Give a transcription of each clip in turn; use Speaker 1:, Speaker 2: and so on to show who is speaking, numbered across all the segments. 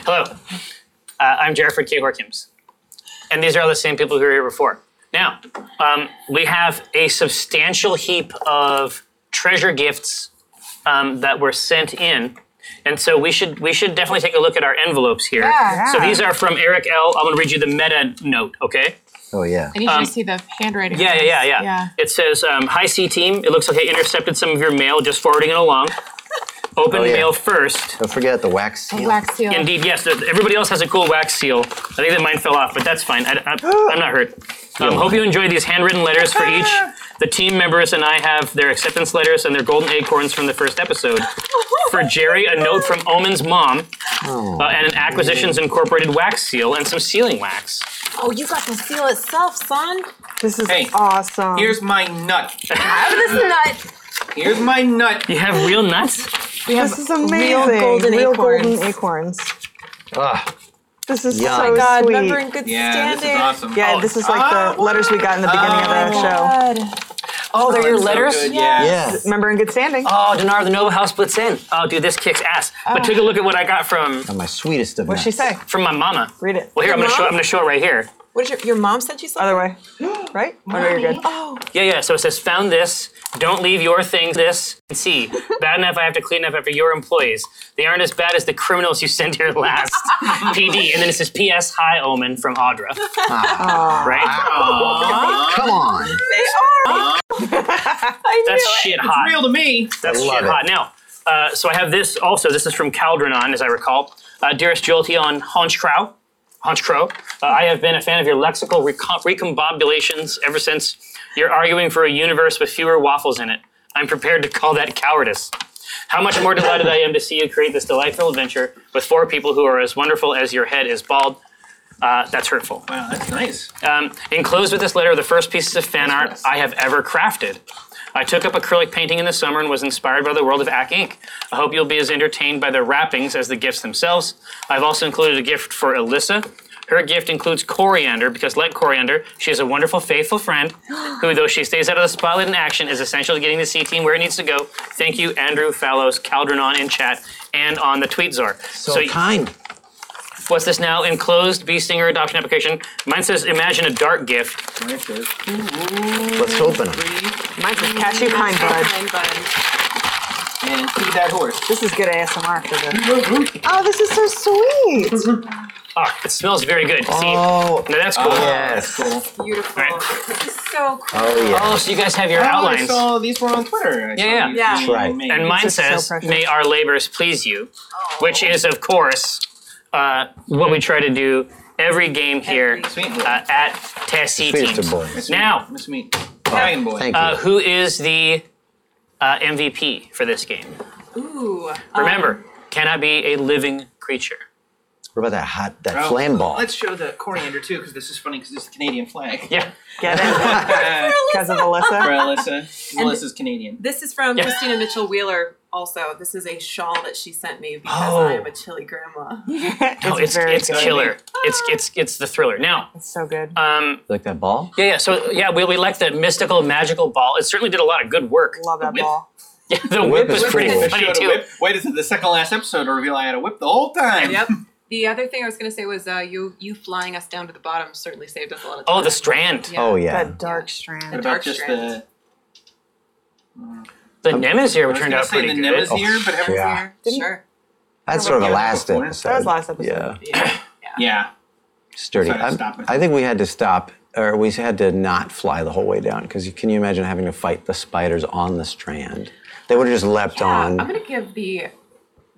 Speaker 1: Hello, uh, I'm Jerford K. Horkims, and these are the same people who were here before. Now, um, we have a substantial heap of treasure gifts um, that were sent in, and so we should we should definitely take a look at our envelopes here.
Speaker 2: Yeah,
Speaker 1: So
Speaker 2: yeah.
Speaker 1: these are from Eric L. I'm going to read you the meta note, okay?
Speaker 3: Oh yeah.
Speaker 4: I need you to see the handwriting.
Speaker 1: Um, Yeah,
Speaker 4: on
Speaker 1: yeah,
Speaker 4: this.
Speaker 1: yeah, yeah.
Speaker 4: Yeah.
Speaker 1: It says, um, "Hi, C team. It looks like I intercepted some of your mail. Just forwarding it along. Open
Speaker 3: Oh, yeah.
Speaker 1: mail first.
Speaker 3: Don't forget the wax seal.
Speaker 4: Wax seal.
Speaker 1: Indeed, yes. th- Everybody else has a cool wax seal. I think that mine fell off, but that's fine. I, am not hurt. Um, hope you enjoy these handwritten letters for each. The team members and I have their acceptance letters and their golden acorns from the first episode. For Jerry, a note from Omen's mom, uh, and an Acquisitions Incorporated wax seal and some sealing wax.
Speaker 4: Oh, you got the seal itself, son.
Speaker 2: This is
Speaker 5: Hey,
Speaker 2: awesome.
Speaker 5: Here's my nut.
Speaker 4: Have this nut.
Speaker 5: Here's my nut.
Speaker 1: You have real nuts?
Speaker 4: We have
Speaker 2: this is amazing.
Speaker 4: Real golden
Speaker 2: Real
Speaker 4: acorns.
Speaker 2: golden acorns.
Speaker 3: Ah,
Speaker 2: This is
Speaker 3: Yum.
Speaker 2: so
Speaker 3: Oh my
Speaker 4: God,
Speaker 2: sweet.
Speaker 4: remember in good
Speaker 5: Yeah,
Speaker 4: standing.
Speaker 5: this is awesome.
Speaker 2: yeah,
Speaker 1: Oh,
Speaker 2: this is like
Speaker 5: ah,
Speaker 2: the letters we got in the beginning of
Speaker 4: ah.
Speaker 2: the show.
Speaker 4: God.
Speaker 1: Oh, they're your
Speaker 5: So
Speaker 1: letters?
Speaker 5: good, yeah.
Speaker 3: yeah.
Speaker 2: Remember in good standing.
Speaker 1: Oh, Dinar, the Nova House splits in. Oh, dude, this kicks ass. But take a look at what I got from
Speaker 3: My sweetest of
Speaker 2: What'd she
Speaker 3: nuts.
Speaker 2: say?
Speaker 1: from my mama.
Speaker 2: Read it.
Speaker 1: Well, here I'm
Speaker 4: Your
Speaker 1: gonna show.
Speaker 4: mom?
Speaker 1: I'm gonna show it right here.
Speaker 4: What is your, your mom sent you something?
Speaker 2: Other way. Right? Oh, no, you're good.
Speaker 1: Yeah, yeah. So it says, found this. Don't leave your things. This and see. Bad enough I have to clean up after your employees. They aren't as bad as the criminals you sent here last. PD. And then it says, P.S. Hi, Omen from Audra. right?
Speaker 3: Come on.
Speaker 4: They are. I knew
Speaker 1: That's
Speaker 4: it.
Speaker 1: shit hot.
Speaker 5: Real to me.
Speaker 1: That's
Speaker 3: love
Speaker 1: shit
Speaker 3: it.
Speaker 1: hot. Now, uh, so I have this also. This is from Caldronon, as I recall. Uh, Dearest Jolteon Honchcrow, Honchcrow, uh, I have been a fan of your lexical recom- recombobulations ever since you're arguing for a universe with fewer waffles in it. I'm prepared to call that cowardice. How much more delighted I am to see you create this delightful adventure with four people who are as wonderful as your head is bald. Uh, that's hurtful.
Speaker 5: Wow, Ah, that's nice.
Speaker 1: Um, enclosed with this letter are the first pieces of fan art I have ever crafted. I took up acrylic painting in the summer and was inspired by the world of Ack Ink. I hope you'll be as entertained by the wrappings as the gifts themselves. I've also included a gift for Alyssa. Her gift includes coriander because, like coriander, she is a wonderful, faithful friend who, though she stays out of the spotlight in action, is essential to getting the C team where it needs to go. Thank you, Andrew Fallows, Caldronon in chat and on the Tweetzor.
Speaker 3: So, kind.
Speaker 1: What's this now? Enclosed bee stinger adoption application. Mine says imagine a dark gift.
Speaker 5: Nice, good.
Speaker 3: Let's open them.
Speaker 2: Mine's a cashew pine bud.
Speaker 4: Pine bud.
Speaker 5: And feed that horse.
Speaker 2: This is good ASMR for this. Oh, this is so sweet.
Speaker 1: Ah, it smells very good. See?
Speaker 3: Oh.
Speaker 1: Now that's cool.
Speaker 3: Yes.
Speaker 5: Ah, Cool.
Speaker 4: Beautiful.
Speaker 1: All
Speaker 4: This is so cool.
Speaker 3: Oh yeah.
Speaker 1: Oh, so you guys have your
Speaker 5: I
Speaker 1: outlines.
Speaker 5: saw these were on Twitter. I
Speaker 1: Yeah,
Speaker 5: saw
Speaker 1: yeah.
Speaker 5: you
Speaker 4: Yeah.
Speaker 5: tweeting
Speaker 3: Right.
Speaker 5: me.
Speaker 1: And mine
Speaker 2: It's just so
Speaker 1: says,
Speaker 2: precious.
Speaker 1: may our labors please you, Oh, which is, of course, uh, what we try to do every game here
Speaker 5: Sweet boy.
Speaker 1: uh, at Tessie
Speaker 3: Sweetest
Speaker 1: Teams.
Speaker 3: of boys.
Speaker 1: Now, Oh,
Speaker 5: Miss me. Italian boy.
Speaker 3: Thank you.
Speaker 1: uh, who is the uh, MVP for this game?
Speaker 4: Ooh. um,
Speaker 1: Remember, cannot be a living creature.
Speaker 3: what about that hot that
Speaker 5: Oh,
Speaker 3: flame ball?
Speaker 5: Let's show the coriander too, because this is funny, because it's the Canadian flag.
Speaker 1: Yeah.
Speaker 2: Get it?
Speaker 5: Yeah.
Speaker 2: Because of Alyssa.
Speaker 5: Alyssa. Melissa's Canadian.
Speaker 4: This is from
Speaker 1: Yeah.
Speaker 4: Christina Mitchell Wheeler. Also, this is a shawl that she sent me because
Speaker 1: Oh.
Speaker 4: I am a chilly grandma.
Speaker 1: No, it's
Speaker 2: very
Speaker 1: it's
Speaker 2: good.
Speaker 1: killer. It's it's it's the thriller. Now,
Speaker 2: It's so good.
Speaker 1: um,
Speaker 3: like that ball?
Speaker 1: Yeah, yeah. So yeah, we, we like the mystical, magical ball. It certainly did a lot of good work.
Speaker 2: Love that
Speaker 5: whip.
Speaker 2: ball.
Speaker 1: Yeah, the
Speaker 3: whip
Speaker 1: whip was
Speaker 3: is
Speaker 1: pretty
Speaker 3: cool.
Speaker 1: funny
Speaker 5: Showed a
Speaker 1: too.
Speaker 5: whip. Wait until the second last episode to reveal I had a whip the whole time.
Speaker 4: Yep. The other thing I was going to say was uh, you you flying us down to the bottom certainly saved us a lot of time.
Speaker 1: Oh, the strand,
Speaker 4: Yeah.
Speaker 3: Oh yeah.
Speaker 2: That dark
Speaker 5: What
Speaker 2: strand.
Speaker 5: about
Speaker 4: dark
Speaker 5: just the?
Speaker 4: strand.
Speaker 1: the Nemesir
Speaker 5: I was
Speaker 1: turned
Speaker 5: gonna
Speaker 1: out
Speaker 5: say
Speaker 1: pretty
Speaker 5: the
Speaker 1: good.
Speaker 5: Nemesis
Speaker 3: Oh,
Speaker 5: here, but everything.
Speaker 3: yeah.
Speaker 2: Didn't-
Speaker 4: Sure.
Speaker 3: That's sort of
Speaker 5: Yeah.
Speaker 3: the last
Speaker 5: That was
Speaker 3: episode.
Speaker 2: last episode.
Speaker 3: Yeah.
Speaker 4: Yeah.
Speaker 5: Yeah.
Speaker 3: Sturdy.
Speaker 5: Sorry to
Speaker 3: I'm-
Speaker 5: stop it.
Speaker 3: I think we had to stop, or we had to not fly the whole way down, because can you imagine having to fight the spiders on the strand? They would have just leapt on.
Speaker 4: I'm going to give the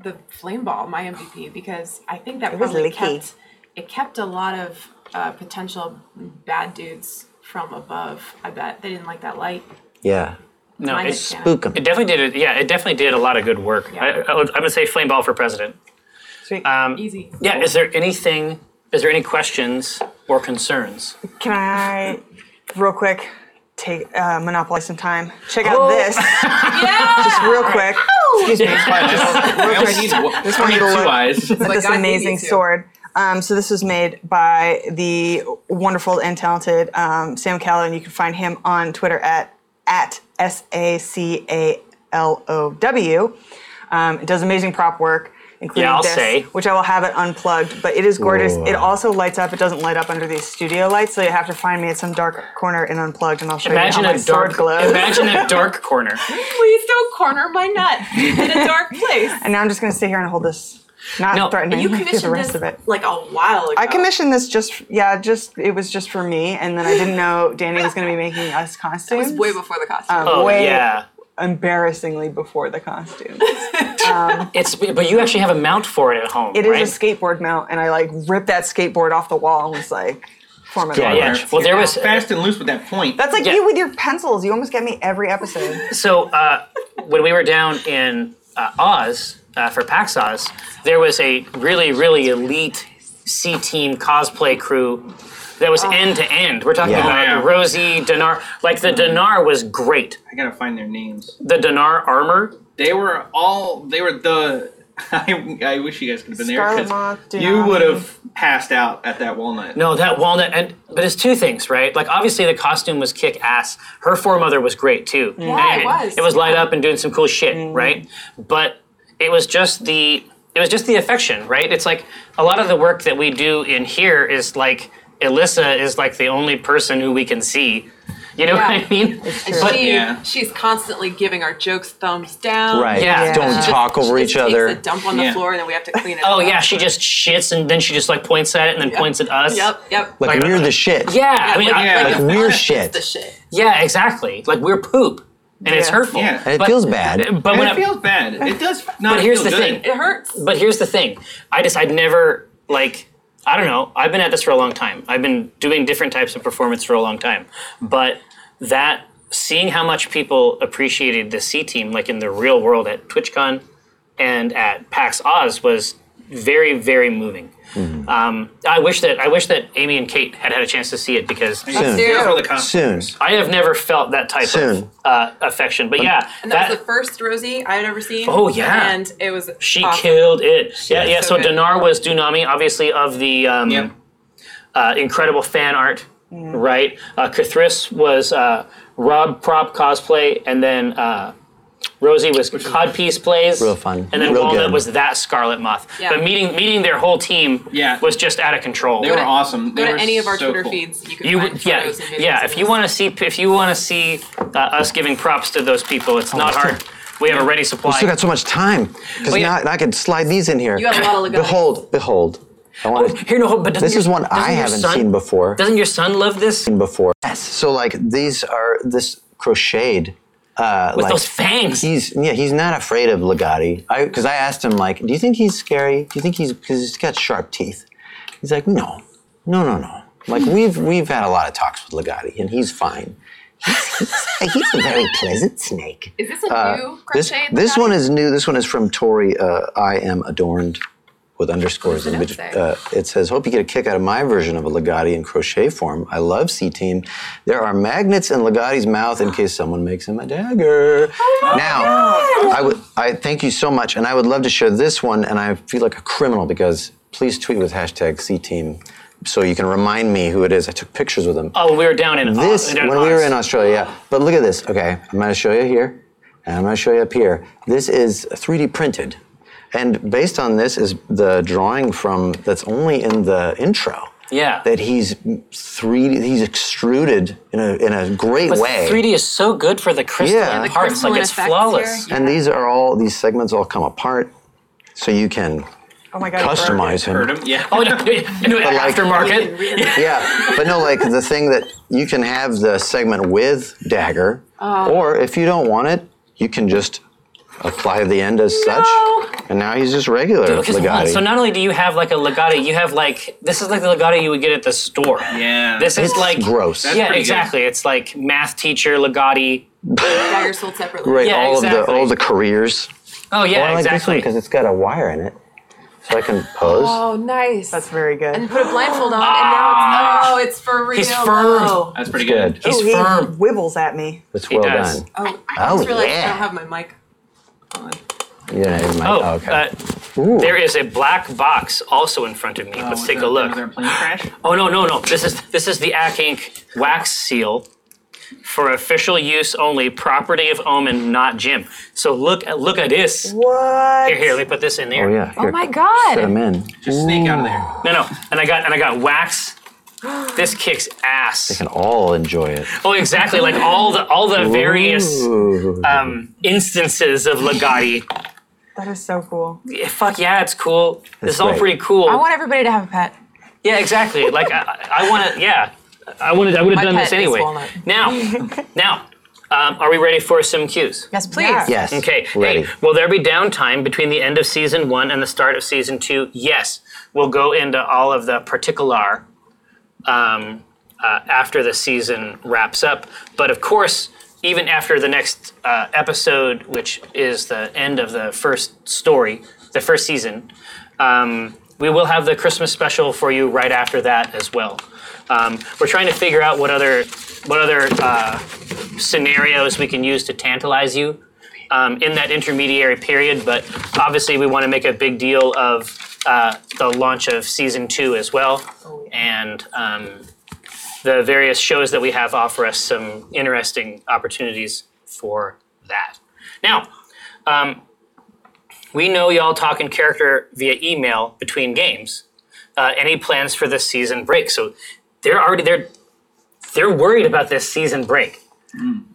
Speaker 4: the flame ball my MVP because I think that
Speaker 2: It was
Speaker 4: probably
Speaker 2: licky.
Speaker 4: kept it kept a lot of uh, potential bad dudes from above. I bet they didn't like that light.
Speaker 3: yeah.
Speaker 1: No,
Speaker 4: Mine
Speaker 1: it's,
Speaker 4: is-
Speaker 1: it
Speaker 3: Spook 'em.
Speaker 1: definitely did. It, yeah, it definitely did a lot of good work.
Speaker 4: Yeah.
Speaker 1: I, I, would- I would say flame ball for president.
Speaker 2: Sweet.
Speaker 4: Easy.
Speaker 1: Yeah. Is there anything? Is there any questions or concerns?
Speaker 2: Can I, real quick, take uh, monopolize some time? Check out
Speaker 1: Oh.
Speaker 2: this,
Speaker 4: Yeah.
Speaker 2: real quick.
Speaker 4: Oh
Speaker 2: Excuse me.
Speaker 5: I only need, one- I only need
Speaker 2: one.
Speaker 5: two eyes.
Speaker 2: But this
Speaker 4: God gave
Speaker 2: amazing
Speaker 4: you to.
Speaker 2: sword. Um, so this was made by the wonderful and talented um, Sam Callow, and you can find him on Twitter at at s a c a l o w. Um, does amazing prop work. including
Speaker 1: Yeah, I'll
Speaker 2: this,
Speaker 1: say.
Speaker 2: which I will have it unplugged. But it is gorgeous.
Speaker 3: Ooh.
Speaker 2: It also lights up. It doesn't light up under these studio lights, so you have to find me at some dark corner and unplugged, and I'll show
Speaker 1: Imagine
Speaker 2: you how
Speaker 1: a
Speaker 2: my sword
Speaker 1: dark
Speaker 2: glows.
Speaker 1: Imagine a dark corner.
Speaker 4: Please don't corner my nut in a dark place.
Speaker 2: and now I'm just going to sit here and hold this, not
Speaker 1: No,
Speaker 2: threatening
Speaker 4: You
Speaker 2: to
Speaker 4: commissioned
Speaker 2: the rest
Speaker 4: this
Speaker 2: of it.
Speaker 4: like a while ago.
Speaker 2: I commissioned this just, yeah, just it was just for me, and then I didn't know Danny was going to be making us
Speaker 4: It
Speaker 2: costumes.
Speaker 4: was way before the costume.
Speaker 1: Oh
Speaker 2: Way
Speaker 1: yeah.
Speaker 2: embarrassingly before the costume.
Speaker 1: It's but you actually have a mount for it at home.
Speaker 2: It is
Speaker 1: right?
Speaker 2: a skateboard mount, and I like ripped that skateboard off the wall and was like, form of
Speaker 3: Yeah,
Speaker 1: Yeah.
Speaker 3: Right.
Speaker 1: Well, there was
Speaker 5: Fast and loose with that point.
Speaker 2: That's like
Speaker 1: Yeah.
Speaker 2: you with your pencils. You almost get me every episode.
Speaker 1: so uh, when we were down in uh, Oz uh, for PAX Oz, there was a really really elite C team cosplay crew that was end to end. We're talking
Speaker 3: Yeah.
Speaker 1: about
Speaker 5: Yeah.
Speaker 1: Rosie Dinar. Like the Dinar was great.
Speaker 5: I gotta find their names.
Speaker 1: The Dinar armor.
Speaker 5: They were all. They were the. I, I wish you guys could have been there
Speaker 2: Scarlet Moth,
Speaker 5: because you
Speaker 2: Denali.
Speaker 5: would have passed out at that walnut.
Speaker 1: No, that walnut and but it's two things, right? Like obviously the costume was kick ass. Her foremother was great too.
Speaker 4: Yeah, Mm-hmm. it
Speaker 1: And
Speaker 4: was.
Speaker 1: It was light up and doing some cool shit, right? But it was just the it was just the affection, right? It's like a lot of the work that we do in here is like Alyssa is like the only person who we can see. You know
Speaker 4: Yeah.
Speaker 1: what I mean?
Speaker 4: And
Speaker 1: But
Speaker 4: she,
Speaker 5: Yeah.
Speaker 4: she's constantly giving our jokes thumbs down.
Speaker 3: Right.
Speaker 1: Yeah. Yeah.
Speaker 3: Don't
Speaker 1: She just-
Speaker 3: talk over
Speaker 4: She
Speaker 3: each
Speaker 4: just takes
Speaker 3: other.
Speaker 4: a dump on the
Speaker 5: Yeah.
Speaker 4: floor and then we have to clean it
Speaker 1: oh
Speaker 4: up.
Speaker 1: yeah, she just shits and then she just like points at it and then points at us.
Speaker 4: Yep, yep.
Speaker 3: Like, we're the shit.
Speaker 1: Yeah, I mean, I-
Speaker 5: yeah.
Speaker 1: like-
Speaker 3: Like,
Speaker 4: the
Speaker 3: we're
Speaker 4: fuck
Speaker 3: shit.
Speaker 4: is the shit.
Speaker 1: yeah, exactly. Like we're poop, and it's
Speaker 2: Yeah.
Speaker 1: hurtful.
Speaker 5: Yeah.
Speaker 3: And it
Speaker 1: But-
Speaker 3: feels bad.
Speaker 1: But
Speaker 5: And
Speaker 1: when
Speaker 5: it
Speaker 1: I-
Speaker 5: feels bad. It does. Not
Speaker 1: But here's
Speaker 5: feel
Speaker 1: the
Speaker 5: good.
Speaker 1: thing.
Speaker 4: It hurts.
Speaker 1: But here's the thing. I just I'd never like I don't know. I've been at this for a long time. I've been doing different types of performance for a long time. But that seeing how much people appreciated the C team like in the real world at TwitchCon and at PAX Oz was very very moving.
Speaker 3: Mm-hmm.
Speaker 1: Um, I wish that I wish that Amy and Kate had had a chance to see it because
Speaker 3: Soon.
Speaker 5: Those were the
Speaker 3: Soon.
Speaker 5: costumes.
Speaker 1: I have never felt that type
Speaker 3: Soon. Um,
Speaker 1: of uh, affection. But yeah,
Speaker 4: And that, was the first Rosie I had ever seen.
Speaker 1: Oh, yeah.
Speaker 4: And it was
Speaker 1: She
Speaker 4: awesome.
Speaker 1: killed it. yeah, yeah.
Speaker 4: so
Speaker 1: So,
Speaker 4: good.
Speaker 1: Dinar was Dunami, obviously of the um,
Speaker 5: Yep.
Speaker 1: uh, incredible fan art,
Speaker 4: Mm.
Speaker 1: right? Uh, Kathris was uh, Rob Prop cosplay, and then uh, Rosie was Codpiece plays.
Speaker 3: Real fun.
Speaker 1: And then
Speaker 3: Real
Speaker 1: Walnut
Speaker 3: good.
Speaker 1: was that Scarlet Moth.
Speaker 4: Yeah.
Speaker 1: But meeting meeting their whole team
Speaker 5: Yeah.
Speaker 1: was just out of control.
Speaker 5: They were awesome. They
Speaker 4: Go to
Speaker 5: were
Speaker 4: any of our
Speaker 5: so
Speaker 4: Twitter
Speaker 5: cool.
Speaker 4: feeds. You can
Speaker 1: You
Speaker 4: find
Speaker 1: yeah
Speaker 4: photos and videos
Speaker 1: yeah.
Speaker 4: of
Speaker 1: If you
Speaker 4: us.
Speaker 1: want to see if you want to see uh, us giving props to those people, it's not hard. We have a ready supply.
Speaker 3: Oh, Still got so much time. Because
Speaker 1: Wait.
Speaker 3: now, now I can slide these in here.
Speaker 4: You have a lot of Legos.
Speaker 3: Behold, behold. I want to.
Speaker 1: Oh, Here, no, but doesn't
Speaker 3: This
Speaker 1: your-
Speaker 3: is one I
Speaker 1: doesn't your
Speaker 3: haven't
Speaker 1: son-
Speaker 3: seen before.
Speaker 1: Doesn't your son love this?
Speaker 3: before. Yes. So like these are this crocheted. Uh,
Speaker 1: With
Speaker 3: like,
Speaker 1: those fangs.
Speaker 3: He's yeah. He's not afraid of Legati. I because I asked him like, do you think he's scary? Do you think he's because he's got sharp teeth? He's like, no, no, no, no. Like we've we've had a lot of talks with Legati, and he's fine. He's, he's a very pleasant snake.
Speaker 4: Is this a new
Speaker 3: Uh, This,
Speaker 4: crochet?
Speaker 3: this
Speaker 4: design?
Speaker 3: one is new. This one is from Tori. Uh, I am adorned with underscores.
Speaker 4: What
Speaker 3: in
Speaker 4: does
Speaker 3: which,
Speaker 4: the note
Speaker 3: uh, it says, "Hope you get a kick out of my version of a Legati in crochet form. I love C Team. There are magnets in Legati's mouth in case someone makes him a dagger. now, I would. I thank you so much, and I would love to share this one. And I feel like a criminal because please tweet with hashtag C Team so you can remind me who it is. I took pictures with him.
Speaker 1: Oh, we were down in
Speaker 3: This,
Speaker 1: Oz. down
Speaker 3: when we were in
Speaker 1: Oz.
Speaker 3: Australia, yeah. But look at this. Okay, I'm going to show you here, and I'm going to show you up here. This is 3D printed, and based on this is the drawing from that's only in the intro.
Speaker 1: Yeah.
Speaker 3: That he's three. He's extruded in a in a great
Speaker 1: But
Speaker 3: way.
Speaker 1: 3D is so good for the crystal
Speaker 3: Yeah. The
Speaker 1: parts. Like
Speaker 4: crystalline
Speaker 1: it's
Speaker 4: effects
Speaker 1: flawless.
Speaker 4: here.
Speaker 3: And these are all these segments all come apart, so you can
Speaker 2: Oh my god, it burned.
Speaker 3: customize him.
Speaker 5: Heard 'em? Yeah.
Speaker 1: Oh no, no, no,
Speaker 3: like-
Speaker 1: aftermarket.
Speaker 3: Yeah, but no, like the thing that you can have the segment with dagger,
Speaker 1: Oh.
Speaker 3: or if you don't want it, you can just apply the end as such. And now he's just regular
Speaker 1: Because hold on,
Speaker 3: Legati.
Speaker 1: so not only do you have like a legato, you have like this is like the legato you would get at the store.
Speaker 5: Yeah.
Speaker 1: This is
Speaker 3: It's
Speaker 1: like
Speaker 3: gross. That's
Speaker 1: Yeah,
Speaker 5: pretty good.
Speaker 1: exactly. It's like math teacher legati.
Speaker 4: Dagger sold separately.
Speaker 3: right,
Speaker 1: yeah,
Speaker 3: all of the
Speaker 1: exactly.
Speaker 3: all the careers.
Speaker 1: Oh yeah,
Speaker 3: Well, I like this one
Speaker 1: exactly.
Speaker 3: because it's got a wire in it, so I can pose.
Speaker 4: Oh, nice.
Speaker 2: That's very good.
Speaker 4: and put a blindfold on, and now it's no, Oh, it's for real.
Speaker 1: He's firm.
Speaker 4: Oh,
Speaker 5: That's pretty good.
Speaker 3: Good.
Speaker 1: He's
Speaker 2: Ooh, he
Speaker 1: firm.
Speaker 2: wibbles at me.
Speaker 3: It's
Speaker 1: He
Speaker 3: well
Speaker 1: does.
Speaker 3: done.
Speaker 4: oh, I just
Speaker 3: Oh,
Speaker 4: realized
Speaker 3: yeah.
Speaker 4: I don't have my mic. on.
Speaker 3: You don't have my-
Speaker 1: Oh,
Speaker 3: oh, okay.
Speaker 1: uh,
Speaker 3: Ooh.
Speaker 1: there is a black box also in front of me.
Speaker 5: Oh,
Speaker 1: Let's
Speaker 5: was
Speaker 1: take
Speaker 5: there-
Speaker 1: a look.
Speaker 5: Was there a plane crash?
Speaker 1: Oh no, no, no. This is this is the Ack Ink wax seal. for official use only, property of Omen, not Jim. So look at look at this.
Speaker 2: What?
Speaker 1: Here, here, let me put this in there.
Speaker 3: Oh yeah.
Speaker 6: Oh
Speaker 3: here,
Speaker 6: my god.
Speaker 3: Set them in.
Speaker 5: Just sneak out of there.
Speaker 1: No, no. And I got and I got wax. This kicks ass.
Speaker 3: Can all enjoy it.
Speaker 1: Oh, exactly. Like all the all the various
Speaker 3: Ooh.
Speaker 1: um, instances of Legati.
Speaker 2: That is so cool.
Speaker 1: Yeah, Fuck yeah, it's cool. This is all
Speaker 3: great.
Speaker 1: pretty cool.
Speaker 6: I want everybody to have a pet.
Speaker 1: yeah, exactly. Like I, I want to. Yeah, I wanted. I would have done
Speaker 6: pet
Speaker 1: this
Speaker 6: is
Speaker 1: anyway.
Speaker 6: Walnut.
Speaker 1: Now, now, um, are we ready for some cues?
Speaker 6: Yes, please.
Speaker 2: Yeah.
Speaker 3: Yes.
Speaker 1: Okay.
Speaker 3: Ready.
Speaker 1: Hey, will there be downtime between the end of season one and the start of season two? Yes. We'll go into all of the particular um, uh, after the season wraps up. But of course, even after the next uh, episode, which is the end of the first story, the first season, um, we will have the Christmas special for you right after that as well. Um, we're trying to figure out what other what other uh, scenarios we can use to tantalize you um, in that intermediary period. But obviously, we want to make a big deal of uh, the launch of season two as well, and um, the various shows that we have offer us some interesting opportunities for that. Now. Um, we know y'all talk in character via email between games. Uh, any plans for this season break? So they're already they're they're worried about this season break.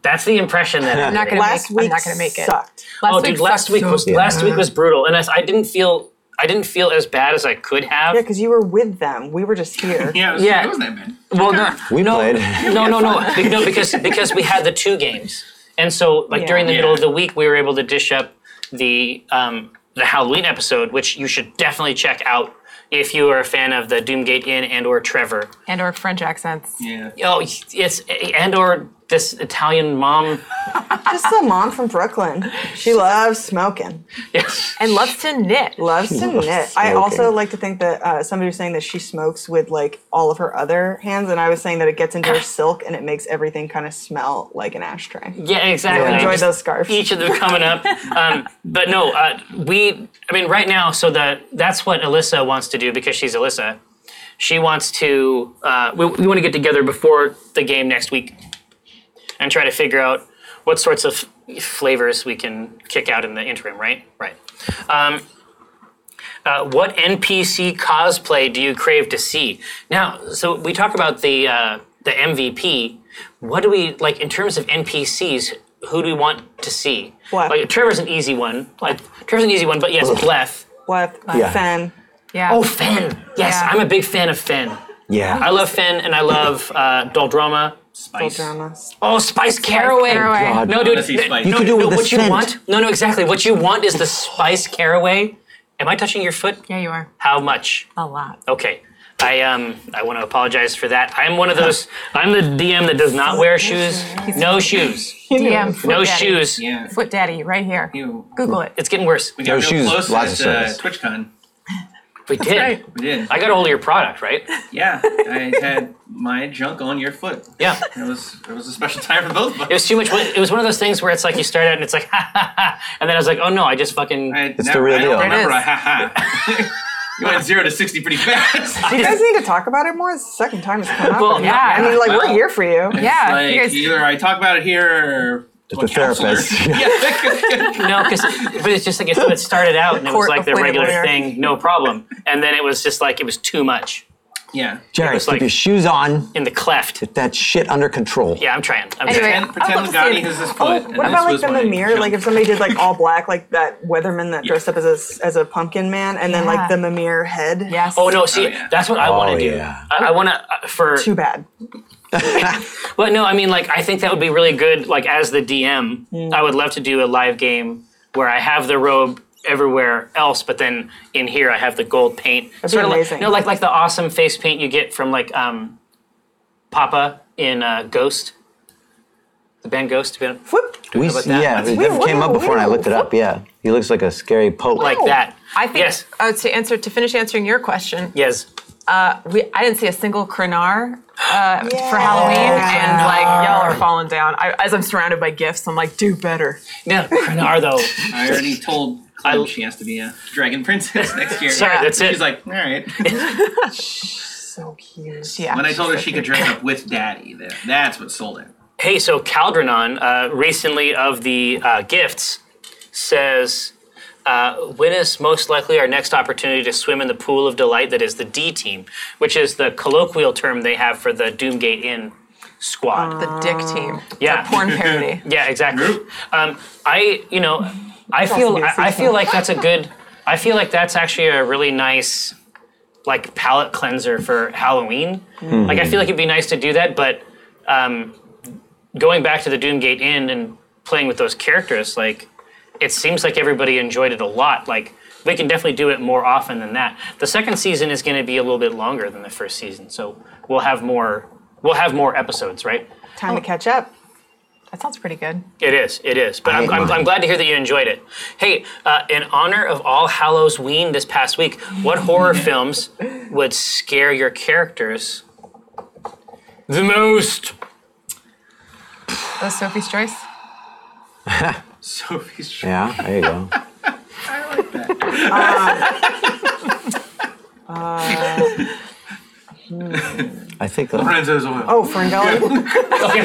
Speaker 1: That's the impression that I'm
Speaker 6: I'm not
Speaker 1: getting.
Speaker 6: gonna
Speaker 2: Last
Speaker 6: make.
Speaker 2: week
Speaker 6: I'm not gonna make it.
Speaker 2: sucked.
Speaker 6: Last
Speaker 1: Oh, dude, last
Speaker 6: sucked
Speaker 1: week
Speaker 6: so
Speaker 1: was
Speaker 6: bad.
Speaker 1: last week was brutal, and I, I didn't feel I didn't feel as bad as I could have.
Speaker 2: Yeah, because you were with them. We were just here.
Speaker 5: Yeah, it was,
Speaker 1: Yeah.
Speaker 5: it wasn't that bad.
Speaker 1: well, no,
Speaker 3: We played.
Speaker 1: no, no, no, Be- no, because because we had the two games, and so like
Speaker 2: Yeah.
Speaker 1: during the
Speaker 5: Yeah.
Speaker 1: middle of the week, we were able to dish up the um, the Halloween episode, which you should definitely check out if you are a fan of the Doomgate Inn and or Trevor.
Speaker 6: And or French accents.
Speaker 5: Yeah.
Speaker 1: Oh, it's and or this Italian mom.
Speaker 2: Just the mom from Brooklyn. She loves smoking.
Speaker 6: And loves to knit.
Speaker 2: Loves to knit.
Speaker 3: loves
Speaker 2: I also
Speaker 3: smoking.
Speaker 2: like to think that uh, somebody was saying that she smokes with like all of her other hands, and I was saying that it gets into her silk and it makes everything kind of smell like an ashtray.
Speaker 1: Yeah, exactly.
Speaker 2: I enjoyed
Speaker 1: Just-
Speaker 2: those scarves.
Speaker 1: each of them coming up. Um, but no, uh, we. I mean, right now, so the that's what Alyssa wants to do because she's Alyssa. She wants to. Uh, we we want to get together before the game next week, and try to figure out what sorts of flavors we can kick out in the interim. Right, right. Um, uh, what NPC cosplay do you crave to see? Now, so we talk about the uh, the MVP. What do we like in terms of NPCs? Who do we want to see?
Speaker 2: Bleth.
Speaker 1: Like Trevor's an easy one. Like Trevor's an easy one, but yes, Bleth.
Speaker 2: What?
Speaker 3: Yeah.
Speaker 2: Fen.
Speaker 6: Yeah.
Speaker 1: Oh, Fen. Yes,
Speaker 6: Yeah.
Speaker 1: I'm a big fan of Fen. I
Speaker 3: Yeah.
Speaker 1: love Fen, and I love uh, Doldroma.
Speaker 5: Spice.
Speaker 2: dramas.
Speaker 1: Oh, Spice Caraway.
Speaker 6: Caraway.
Speaker 3: God.
Speaker 1: No, dude.
Speaker 5: Messy
Speaker 1: th-
Speaker 5: spice.
Speaker 1: No,
Speaker 5: You could do
Speaker 3: it
Speaker 1: no,
Speaker 3: with a
Speaker 1: what you
Speaker 3: scent.
Speaker 1: want? No, no, exactly. What you want is the Spice Caraway. Am I touching your foot?
Speaker 6: Yeah, you are.
Speaker 1: How much?
Speaker 6: A lot.
Speaker 1: Okay. I um I want to apologize for that. I'm one of those. I'm the DM that does not wear shoes. No shoes.
Speaker 6: DM foot
Speaker 1: No
Speaker 6: daddy.
Speaker 1: shoes.
Speaker 5: Yeah.
Speaker 6: Foot daddy, right here.
Speaker 5: Ew.
Speaker 6: Google it.
Speaker 1: It's getting worse.
Speaker 5: We
Speaker 3: No
Speaker 5: got real
Speaker 3: shoes,
Speaker 5: close
Speaker 3: lots of
Speaker 5: at uh,
Speaker 3: service.
Speaker 5: TwitchCon.
Speaker 1: We did.
Speaker 5: We did.
Speaker 1: I got a hold of your product, right?
Speaker 5: yeah, I had my junk on your foot.
Speaker 1: Yeah.
Speaker 5: It was it was a special time for both of
Speaker 1: It
Speaker 5: us.
Speaker 1: was too much. It was one of those things where it's like you start out and it's like ha ha ha, and then I was like, oh no, I just fucking.
Speaker 5: I
Speaker 3: the
Speaker 5: never,
Speaker 3: real
Speaker 5: I don't
Speaker 3: deal. It
Speaker 5: remember a
Speaker 6: is.
Speaker 5: ha ha. you went zero to sixty pretty fast.
Speaker 2: You guys need to talk about it more. It's the second time it's come up.
Speaker 1: Well,
Speaker 2: and-
Speaker 1: yeah,
Speaker 2: I mean, like we're
Speaker 5: well.
Speaker 2: here for you.
Speaker 6: Yeah,
Speaker 5: like,
Speaker 6: you guys-
Speaker 5: either I talk about it here or to
Speaker 3: the
Speaker 5: a counselor.
Speaker 3: therapist.
Speaker 5: yeah.
Speaker 1: No, because but it's just like it, it started out and it was
Speaker 6: Court
Speaker 1: like the
Speaker 6: appointed
Speaker 1: regular
Speaker 6: lawyer.
Speaker 1: thing, no problem, and then it was just like it was too much
Speaker 5: yeah.
Speaker 3: Jerry,
Speaker 1: was
Speaker 3: keep
Speaker 1: like-
Speaker 3: your shoes on.
Speaker 1: in the cleft.
Speaker 3: Get that shit under control.
Speaker 1: Yeah, I'm trying. I'm
Speaker 6: Anyway,
Speaker 1: trying.
Speaker 5: And pretend
Speaker 6: I would love to
Speaker 5: Gotti
Speaker 6: see it.
Speaker 5: has his foot.
Speaker 2: Oh, what
Speaker 5: and this
Speaker 2: about like
Speaker 5: was
Speaker 2: the
Speaker 5: my
Speaker 2: Mimir? Like
Speaker 5: junk.
Speaker 2: if somebody did like all black, like that weatherman that dressed up as a s- as a pumpkin man, and then like
Speaker 6: Yeah.
Speaker 2: the Mimir head.
Speaker 6: Yes.
Speaker 1: Oh no! See,
Speaker 5: Oh, yeah.
Speaker 1: that's what I want
Speaker 3: Oh,
Speaker 1: to do.
Speaker 3: yeah.
Speaker 1: I, I want to for
Speaker 2: Too bad.
Speaker 1: But no, I mean, like, I think that would be really good. Like, as the DM, I would love to do a live game where I have the robe everywhere else, but then in here I have the gold paint. That's
Speaker 2: be
Speaker 1: sort of
Speaker 2: amazing.
Speaker 1: like, you know, like like the awesome face paint you get from like um, Papa in uh, Ghost, the band Ghost, you know,
Speaker 2: Whoop.
Speaker 3: We,
Speaker 1: about that?
Speaker 3: yeah, it
Speaker 2: Wait,
Speaker 3: never came
Speaker 2: whoa,
Speaker 3: up before, and I
Speaker 2: whoa,
Speaker 3: looked it up. Yeah, he looks like a scary pope.
Speaker 1: like that.
Speaker 6: I think
Speaker 1: Yes.
Speaker 6: uh, to answer to finish answering your question,
Speaker 1: Yes.
Speaker 6: we I didn't see a single Krenar uh, for
Speaker 2: Yeah.
Speaker 6: Halloween,
Speaker 2: Oh,
Speaker 6: and like y'all are falling down. I, as I'm surrounded by gifts, I'm like, do better.
Speaker 1: No, Krenar though.
Speaker 5: I already told Clem she has to be a dragon princess next year.
Speaker 1: Sorry, that's it.
Speaker 5: She's like, all right.
Speaker 2: So cute.
Speaker 6: Yeah.
Speaker 5: When I told her she could dress up with daddy, that, that's what sold it.
Speaker 1: Hey, so Caldranon, uh, recently of the uh, gifts, says, uh, when is most likely our next opportunity to swim in the pool of delight that is the D team, which is the colloquial term they have for the Doomgate Inn squad.
Speaker 6: The dick team. It's
Speaker 1: yeah.
Speaker 6: A porn parody.
Speaker 1: Yeah, exactly. Um, I, you know, I feel
Speaker 6: Fascinating
Speaker 1: I, I feel like that's a good. I feel like that's actually a really nice, like palate cleanser for Halloween. Like I feel like it'd be nice to do that, but um, going back to the Doomgate Inn and playing with those characters, like it seems like everybody enjoyed it a lot. Like we can definitely do it more often than that. The second season is going to be a little bit longer than the first season, so we'll have more. We'll have more episodes, right?
Speaker 6: Oh.
Speaker 2: Time to catch up.
Speaker 6: That sounds pretty good.
Speaker 1: It is. It is. But I'm,
Speaker 3: I-
Speaker 1: I'm, I'm glad to hear that you enjoyed it. Hey, uh, in honor of All Hallows Ween this past week, what horror films would scare your characters the most?
Speaker 6: That was Sophie's choice.
Speaker 5: Sophie's trying
Speaker 3: Yeah, there you go. Um, uh, hmm. I think that,
Speaker 5: Lorenzo's oil.
Speaker 2: Oh, Ferngully.
Speaker 1: Okay,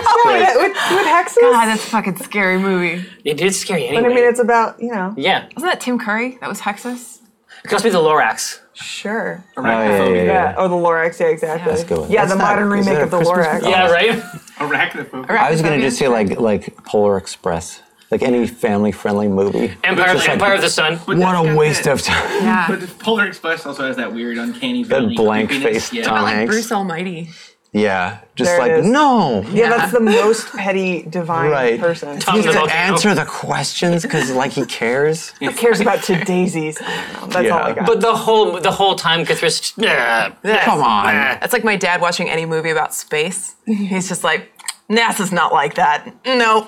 Speaker 1: Ferngully.
Speaker 2: yeah, with, with hexes.
Speaker 1: Ah,
Speaker 6: God, that's a fucking scary movie.
Speaker 1: It did scare you
Speaker 2: I
Speaker 1: anyway.
Speaker 2: mean, it's about you know.
Speaker 1: yeah.
Speaker 6: Wasn't that Tim Curry? That was Hexus?
Speaker 1: It cost me the Lorax.
Speaker 2: Sure.
Speaker 3: oh, yeah, yeah, yeah.
Speaker 2: Yeah. Oh, the Lorax. Yeah, exactly.
Speaker 3: Let's go with
Speaker 2: yeah,
Speaker 3: that's
Speaker 2: the
Speaker 3: not-
Speaker 2: modern
Speaker 3: is that
Speaker 2: remake
Speaker 3: a
Speaker 2: of the
Speaker 3: Christmas
Speaker 2: Lorax.
Speaker 3: movie?
Speaker 1: Yeah, right?
Speaker 5: Arachnophobia.
Speaker 3: I was gonna just say like like Polar Express, like any family friendly movie.
Speaker 1: Empire,
Speaker 3: Just like-
Speaker 1: Empire of the Sun.
Speaker 5: But that's
Speaker 3: What a
Speaker 5: got
Speaker 3: waste
Speaker 5: that-
Speaker 3: of time.
Speaker 6: Yeah.
Speaker 5: But Polar Express also has that weird, uncanny.
Speaker 3: That
Speaker 5: valley
Speaker 3: blank
Speaker 5: creepiness.
Speaker 3: faced
Speaker 5: Yeah.
Speaker 3: Tom
Speaker 6: like
Speaker 3: Hanks.
Speaker 6: Bruce Almighty.
Speaker 3: Yeah, just
Speaker 2: There it
Speaker 3: like
Speaker 2: is.
Speaker 3: no.
Speaker 2: Yeah, that's the most petty divine
Speaker 3: Right.
Speaker 2: person.
Speaker 1: Tom-
Speaker 3: He has
Speaker 1: Talking about-
Speaker 3: to answer the questions because like he cares.
Speaker 2: Who cares about two daisies? I don't know. That's all I
Speaker 3: Yeah.
Speaker 2: got.
Speaker 1: But the whole the whole time, Cthulhu's.
Speaker 3: Come on.
Speaker 6: That's like my dad watching any movie about space. He's just like, NASA's not like that. No,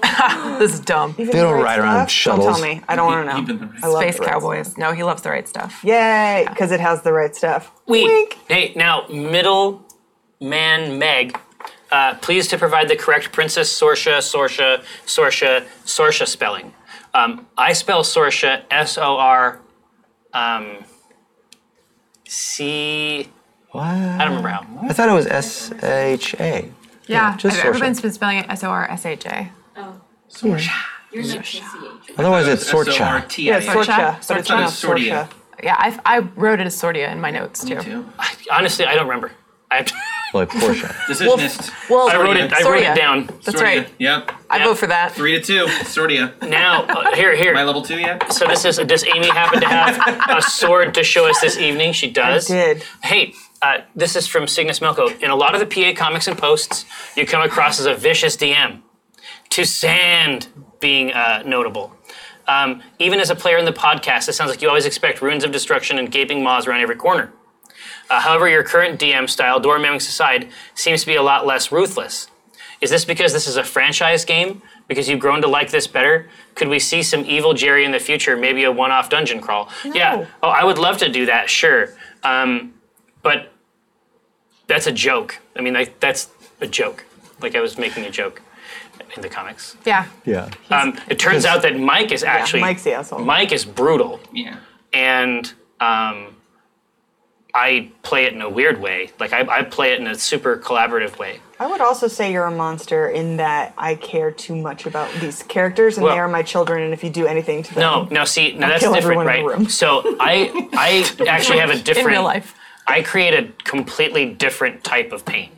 Speaker 6: this is dumb.
Speaker 2: Even
Speaker 3: They don't
Speaker 2: the
Speaker 3: ride
Speaker 2: right
Speaker 3: around
Speaker 2: stuff? Don't
Speaker 3: shuttles.
Speaker 2: tell me. I don't want to know.
Speaker 5: Even the right
Speaker 2: I love
Speaker 6: Space
Speaker 2: the right
Speaker 6: Cowboys. No, he loves the right stuff.
Speaker 2: stuff. Yay, because it has the right stuff.
Speaker 1: Wait,
Speaker 2: Wink.
Speaker 1: hey, now, middle man Meg, uh, please to provide the correct Princess Sorsha, Sorsha, Sorsha, Sorsha spelling. Um, I spell Sorsha S O R um, C.
Speaker 3: What?
Speaker 1: I
Speaker 3: I
Speaker 1: don't remember how.
Speaker 3: thought it was S H A.
Speaker 6: Yeah,
Speaker 3: just Sorsha.
Speaker 6: everyone's been spelling it S O R S H A.
Speaker 7: Oh,
Speaker 3: Sorcha.
Speaker 7: you're not KCH.
Speaker 3: Otherwise, it's Sorcha.
Speaker 2: Yeah,
Speaker 5: S-O-R-T-I-A.
Speaker 2: Sorcha. But it's
Speaker 5: Sorcha.
Speaker 2: not
Speaker 5: Sortia.
Speaker 2: Sorcha.
Speaker 6: Yeah, I, I wrote it as Sortia in my notes too.
Speaker 1: I, honestly, I don't remember. I,
Speaker 3: Like Portia.
Speaker 5: Decisionist.
Speaker 6: Well,
Speaker 1: I wrote it. I wrote it
Speaker 6: Sortia.
Speaker 1: down.
Speaker 6: That's
Speaker 5: Sortia.
Speaker 6: right.
Speaker 5: Yep.
Speaker 6: I vote for that.
Speaker 5: Three to two. Sortia.
Speaker 1: Now, uh, here, here.
Speaker 5: My level two yet?
Speaker 1: So this is. Does Amy happen to have a sword to show us this evening? She
Speaker 2: I
Speaker 1: does.
Speaker 2: did.
Speaker 1: Hey, uh, this is from Cygnus Melko. In a lot of the PA comics and posts, you come across as a vicious DM, to sand being uh, notable. Um, even as a player in the podcast, it sounds like you always expect ruins of destruction and gaping maws around every corner. Uh, however, your current DM style, door mimics aside, seems to be a lot less ruthless. Is this because this is a franchise game? Because you've grown to like this better? Could we see some evil Jerry in the future, maybe a one off dungeon crawl? Yeah. Oh, I would love to do that, sure. Um, but that's a joke. I mean, like, that's a joke. Like I was making a joke in the comics.
Speaker 6: Yeah.
Speaker 3: Yeah.
Speaker 1: Um, it turns out that Mike is actually
Speaker 2: Mike's the asshole.
Speaker 1: Mike is brutal,
Speaker 5: Yeah.
Speaker 1: and um, I play it in a weird way. Like I, I play it in a super collaborative way.
Speaker 2: I would also say you're a monster in that I care too much about these characters and
Speaker 1: Well-
Speaker 2: they are my children, and if you do anything to them.
Speaker 1: No, no. See, now that's
Speaker 2: kill
Speaker 1: different,
Speaker 2: everyone in
Speaker 1: right?
Speaker 2: the room.
Speaker 1: So I, I actually have a different.
Speaker 6: In real life.
Speaker 1: I create a completely different type of pain.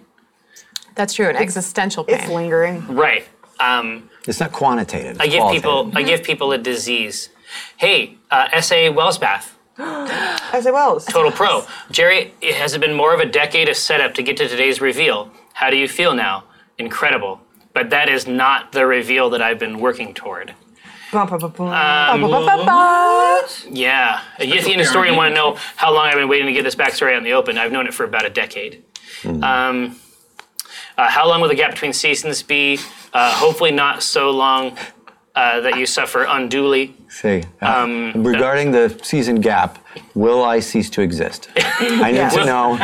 Speaker 6: That's true. An existential pain.
Speaker 2: It's lingering.
Speaker 1: Right. Um,
Speaker 3: It's not quantitative.
Speaker 1: I give people. I give people a disease. Hey, uh, S.A. Wellsbath.
Speaker 2: I say, well, it's-
Speaker 1: Total pro. Jerry, it has been more of a decade of setup to get to today's reveal. How do you feel now? Incredible. But that is not the reveal that I've been working toward.
Speaker 2: bum, bum, bum, bum, bum, bum, bum, bum.
Speaker 1: Yeah. A Yithian historian want to know how long I've been waiting to get this backstory out in the open. I've known it for about a decade. Um, uh, how long will the gap between seasons be? Uh, hopefully not so long uh, that you suffer unduly.
Speaker 3: Say, uh,
Speaker 1: um,
Speaker 3: regarding the season gap, will I cease to exist? I need to know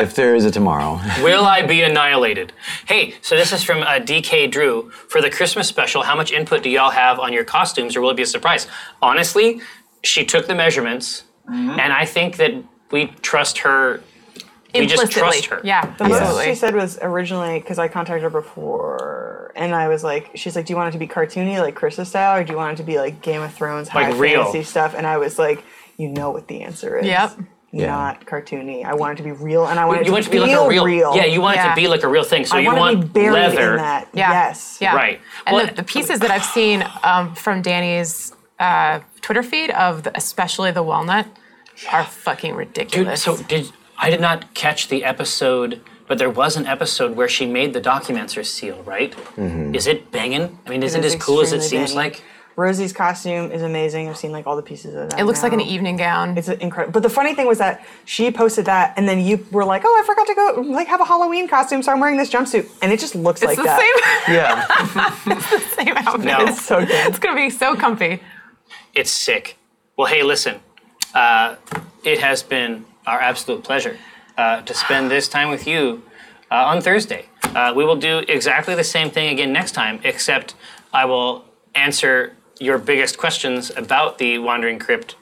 Speaker 3: if there is a tomorrow.
Speaker 1: Will I be annihilated? Hey, so this is from uh, DK Drew. For the Christmas special, how much input do y'all have on your costumes, or will it be a surprise? Honestly,
Speaker 2: Mm-hmm.
Speaker 1: she took the measurements, and I think that we trust her We just
Speaker 6: Implicitly.
Speaker 1: trust her.
Speaker 7: Yeah.
Speaker 2: The most
Speaker 6: Absolutely.
Speaker 2: she said was originally because I contacted her before, and I was like, she's like, "Do you want it to be cartoony, like Krista style, or do you want it to be like Game of Thrones, high
Speaker 1: Like real.
Speaker 2: fantasy stuff?" And I was like, "You know what the answer is."
Speaker 6: Yep.
Speaker 3: Yeah.
Speaker 2: Not cartoony. I want it to be real, and I want it
Speaker 1: You
Speaker 2: to
Speaker 1: want it to be
Speaker 2: feel
Speaker 1: like a real,
Speaker 2: real.
Speaker 1: Yeah, you want it
Speaker 7: Yeah.
Speaker 1: to be like a real thing. So
Speaker 2: I
Speaker 1: you
Speaker 2: want
Speaker 1: want
Speaker 2: to be buried
Speaker 1: leather.
Speaker 2: in that.
Speaker 7: Yeah.
Speaker 2: Yes.
Speaker 7: Yeah.
Speaker 1: Right.
Speaker 7: And
Speaker 1: Well-
Speaker 7: the, the pieces that I've seen um, from Danny's uh, Twitter feed of the, especially the walnut are fucking
Speaker 1: Dude,
Speaker 7: ridiculous.
Speaker 1: so did I did not catch the episode, but there was an episode where she made the documenter's seal, right?
Speaker 2: Mm-hmm.
Speaker 1: Is it banging? I mean, is it,
Speaker 2: is
Speaker 1: as cool as it
Speaker 2: extremely
Speaker 1: seems
Speaker 2: banging.
Speaker 1: like?
Speaker 2: Rosie's costume is amazing. I've seen like all the pieces of that.
Speaker 6: It looks like an
Speaker 2: now.
Speaker 6: evening gown.
Speaker 2: It's incredible. But the funny thing was that she posted that, and then you were like, "Oh, I forgot to go like have a Halloween costume, so I'm wearing this jumpsuit," and it just looks like
Speaker 6: it's the
Speaker 2: that.
Speaker 3: Yeah.
Speaker 6: same, same outfit.
Speaker 1: No.
Speaker 6: It's,
Speaker 2: So good.
Speaker 6: it's gonna be so comfy.
Speaker 1: It's sick. Well, hey, listen, uh, it has been our absolute pleasure uh, to spend this time with you uh, on Thursday. Uh, we will do exactly the same thing again next time, except I will answer your biggest questions about the Wandering Crypt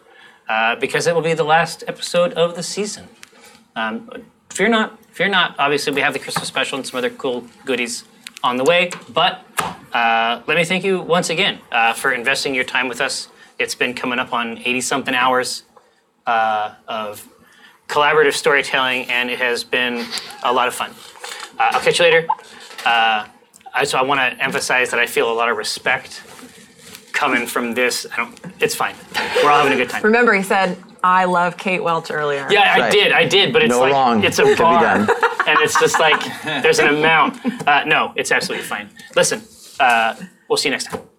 Speaker 1: uh, because it will be the last episode of the season. Um, fear not, fear not. Obviously, we have the Christmas special and some other cool goodies on the way. But uh, let me thank you once again uh, for investing your time with us. It's been coming up on 80 something hours uh, of collaborative storytelling, and it has been a lot of fun. Uh, I'll catch you later. Uh, I, so I want to emphasize that I feel a lot of respect coming from this. I don't. It's fine. We're all having a good time.
Speaker 6: Remember, he said, "I love Kate Welch" earlier.
Speaker 1: Yeah, I
Speaker 3: Right.
Speaker 1: did. I did, but it's
Speaker 3: No
Speaker 1: like
Speaker 3: wrong.
Speaker 1: it's a
Speaker 3: It can be
Speaker 1: bar,
Speaker 3: done.
Speaker 1: and it's just like there's an amount. Uh, no, it's absolutely fine. Listen, uh, we'll see you next time.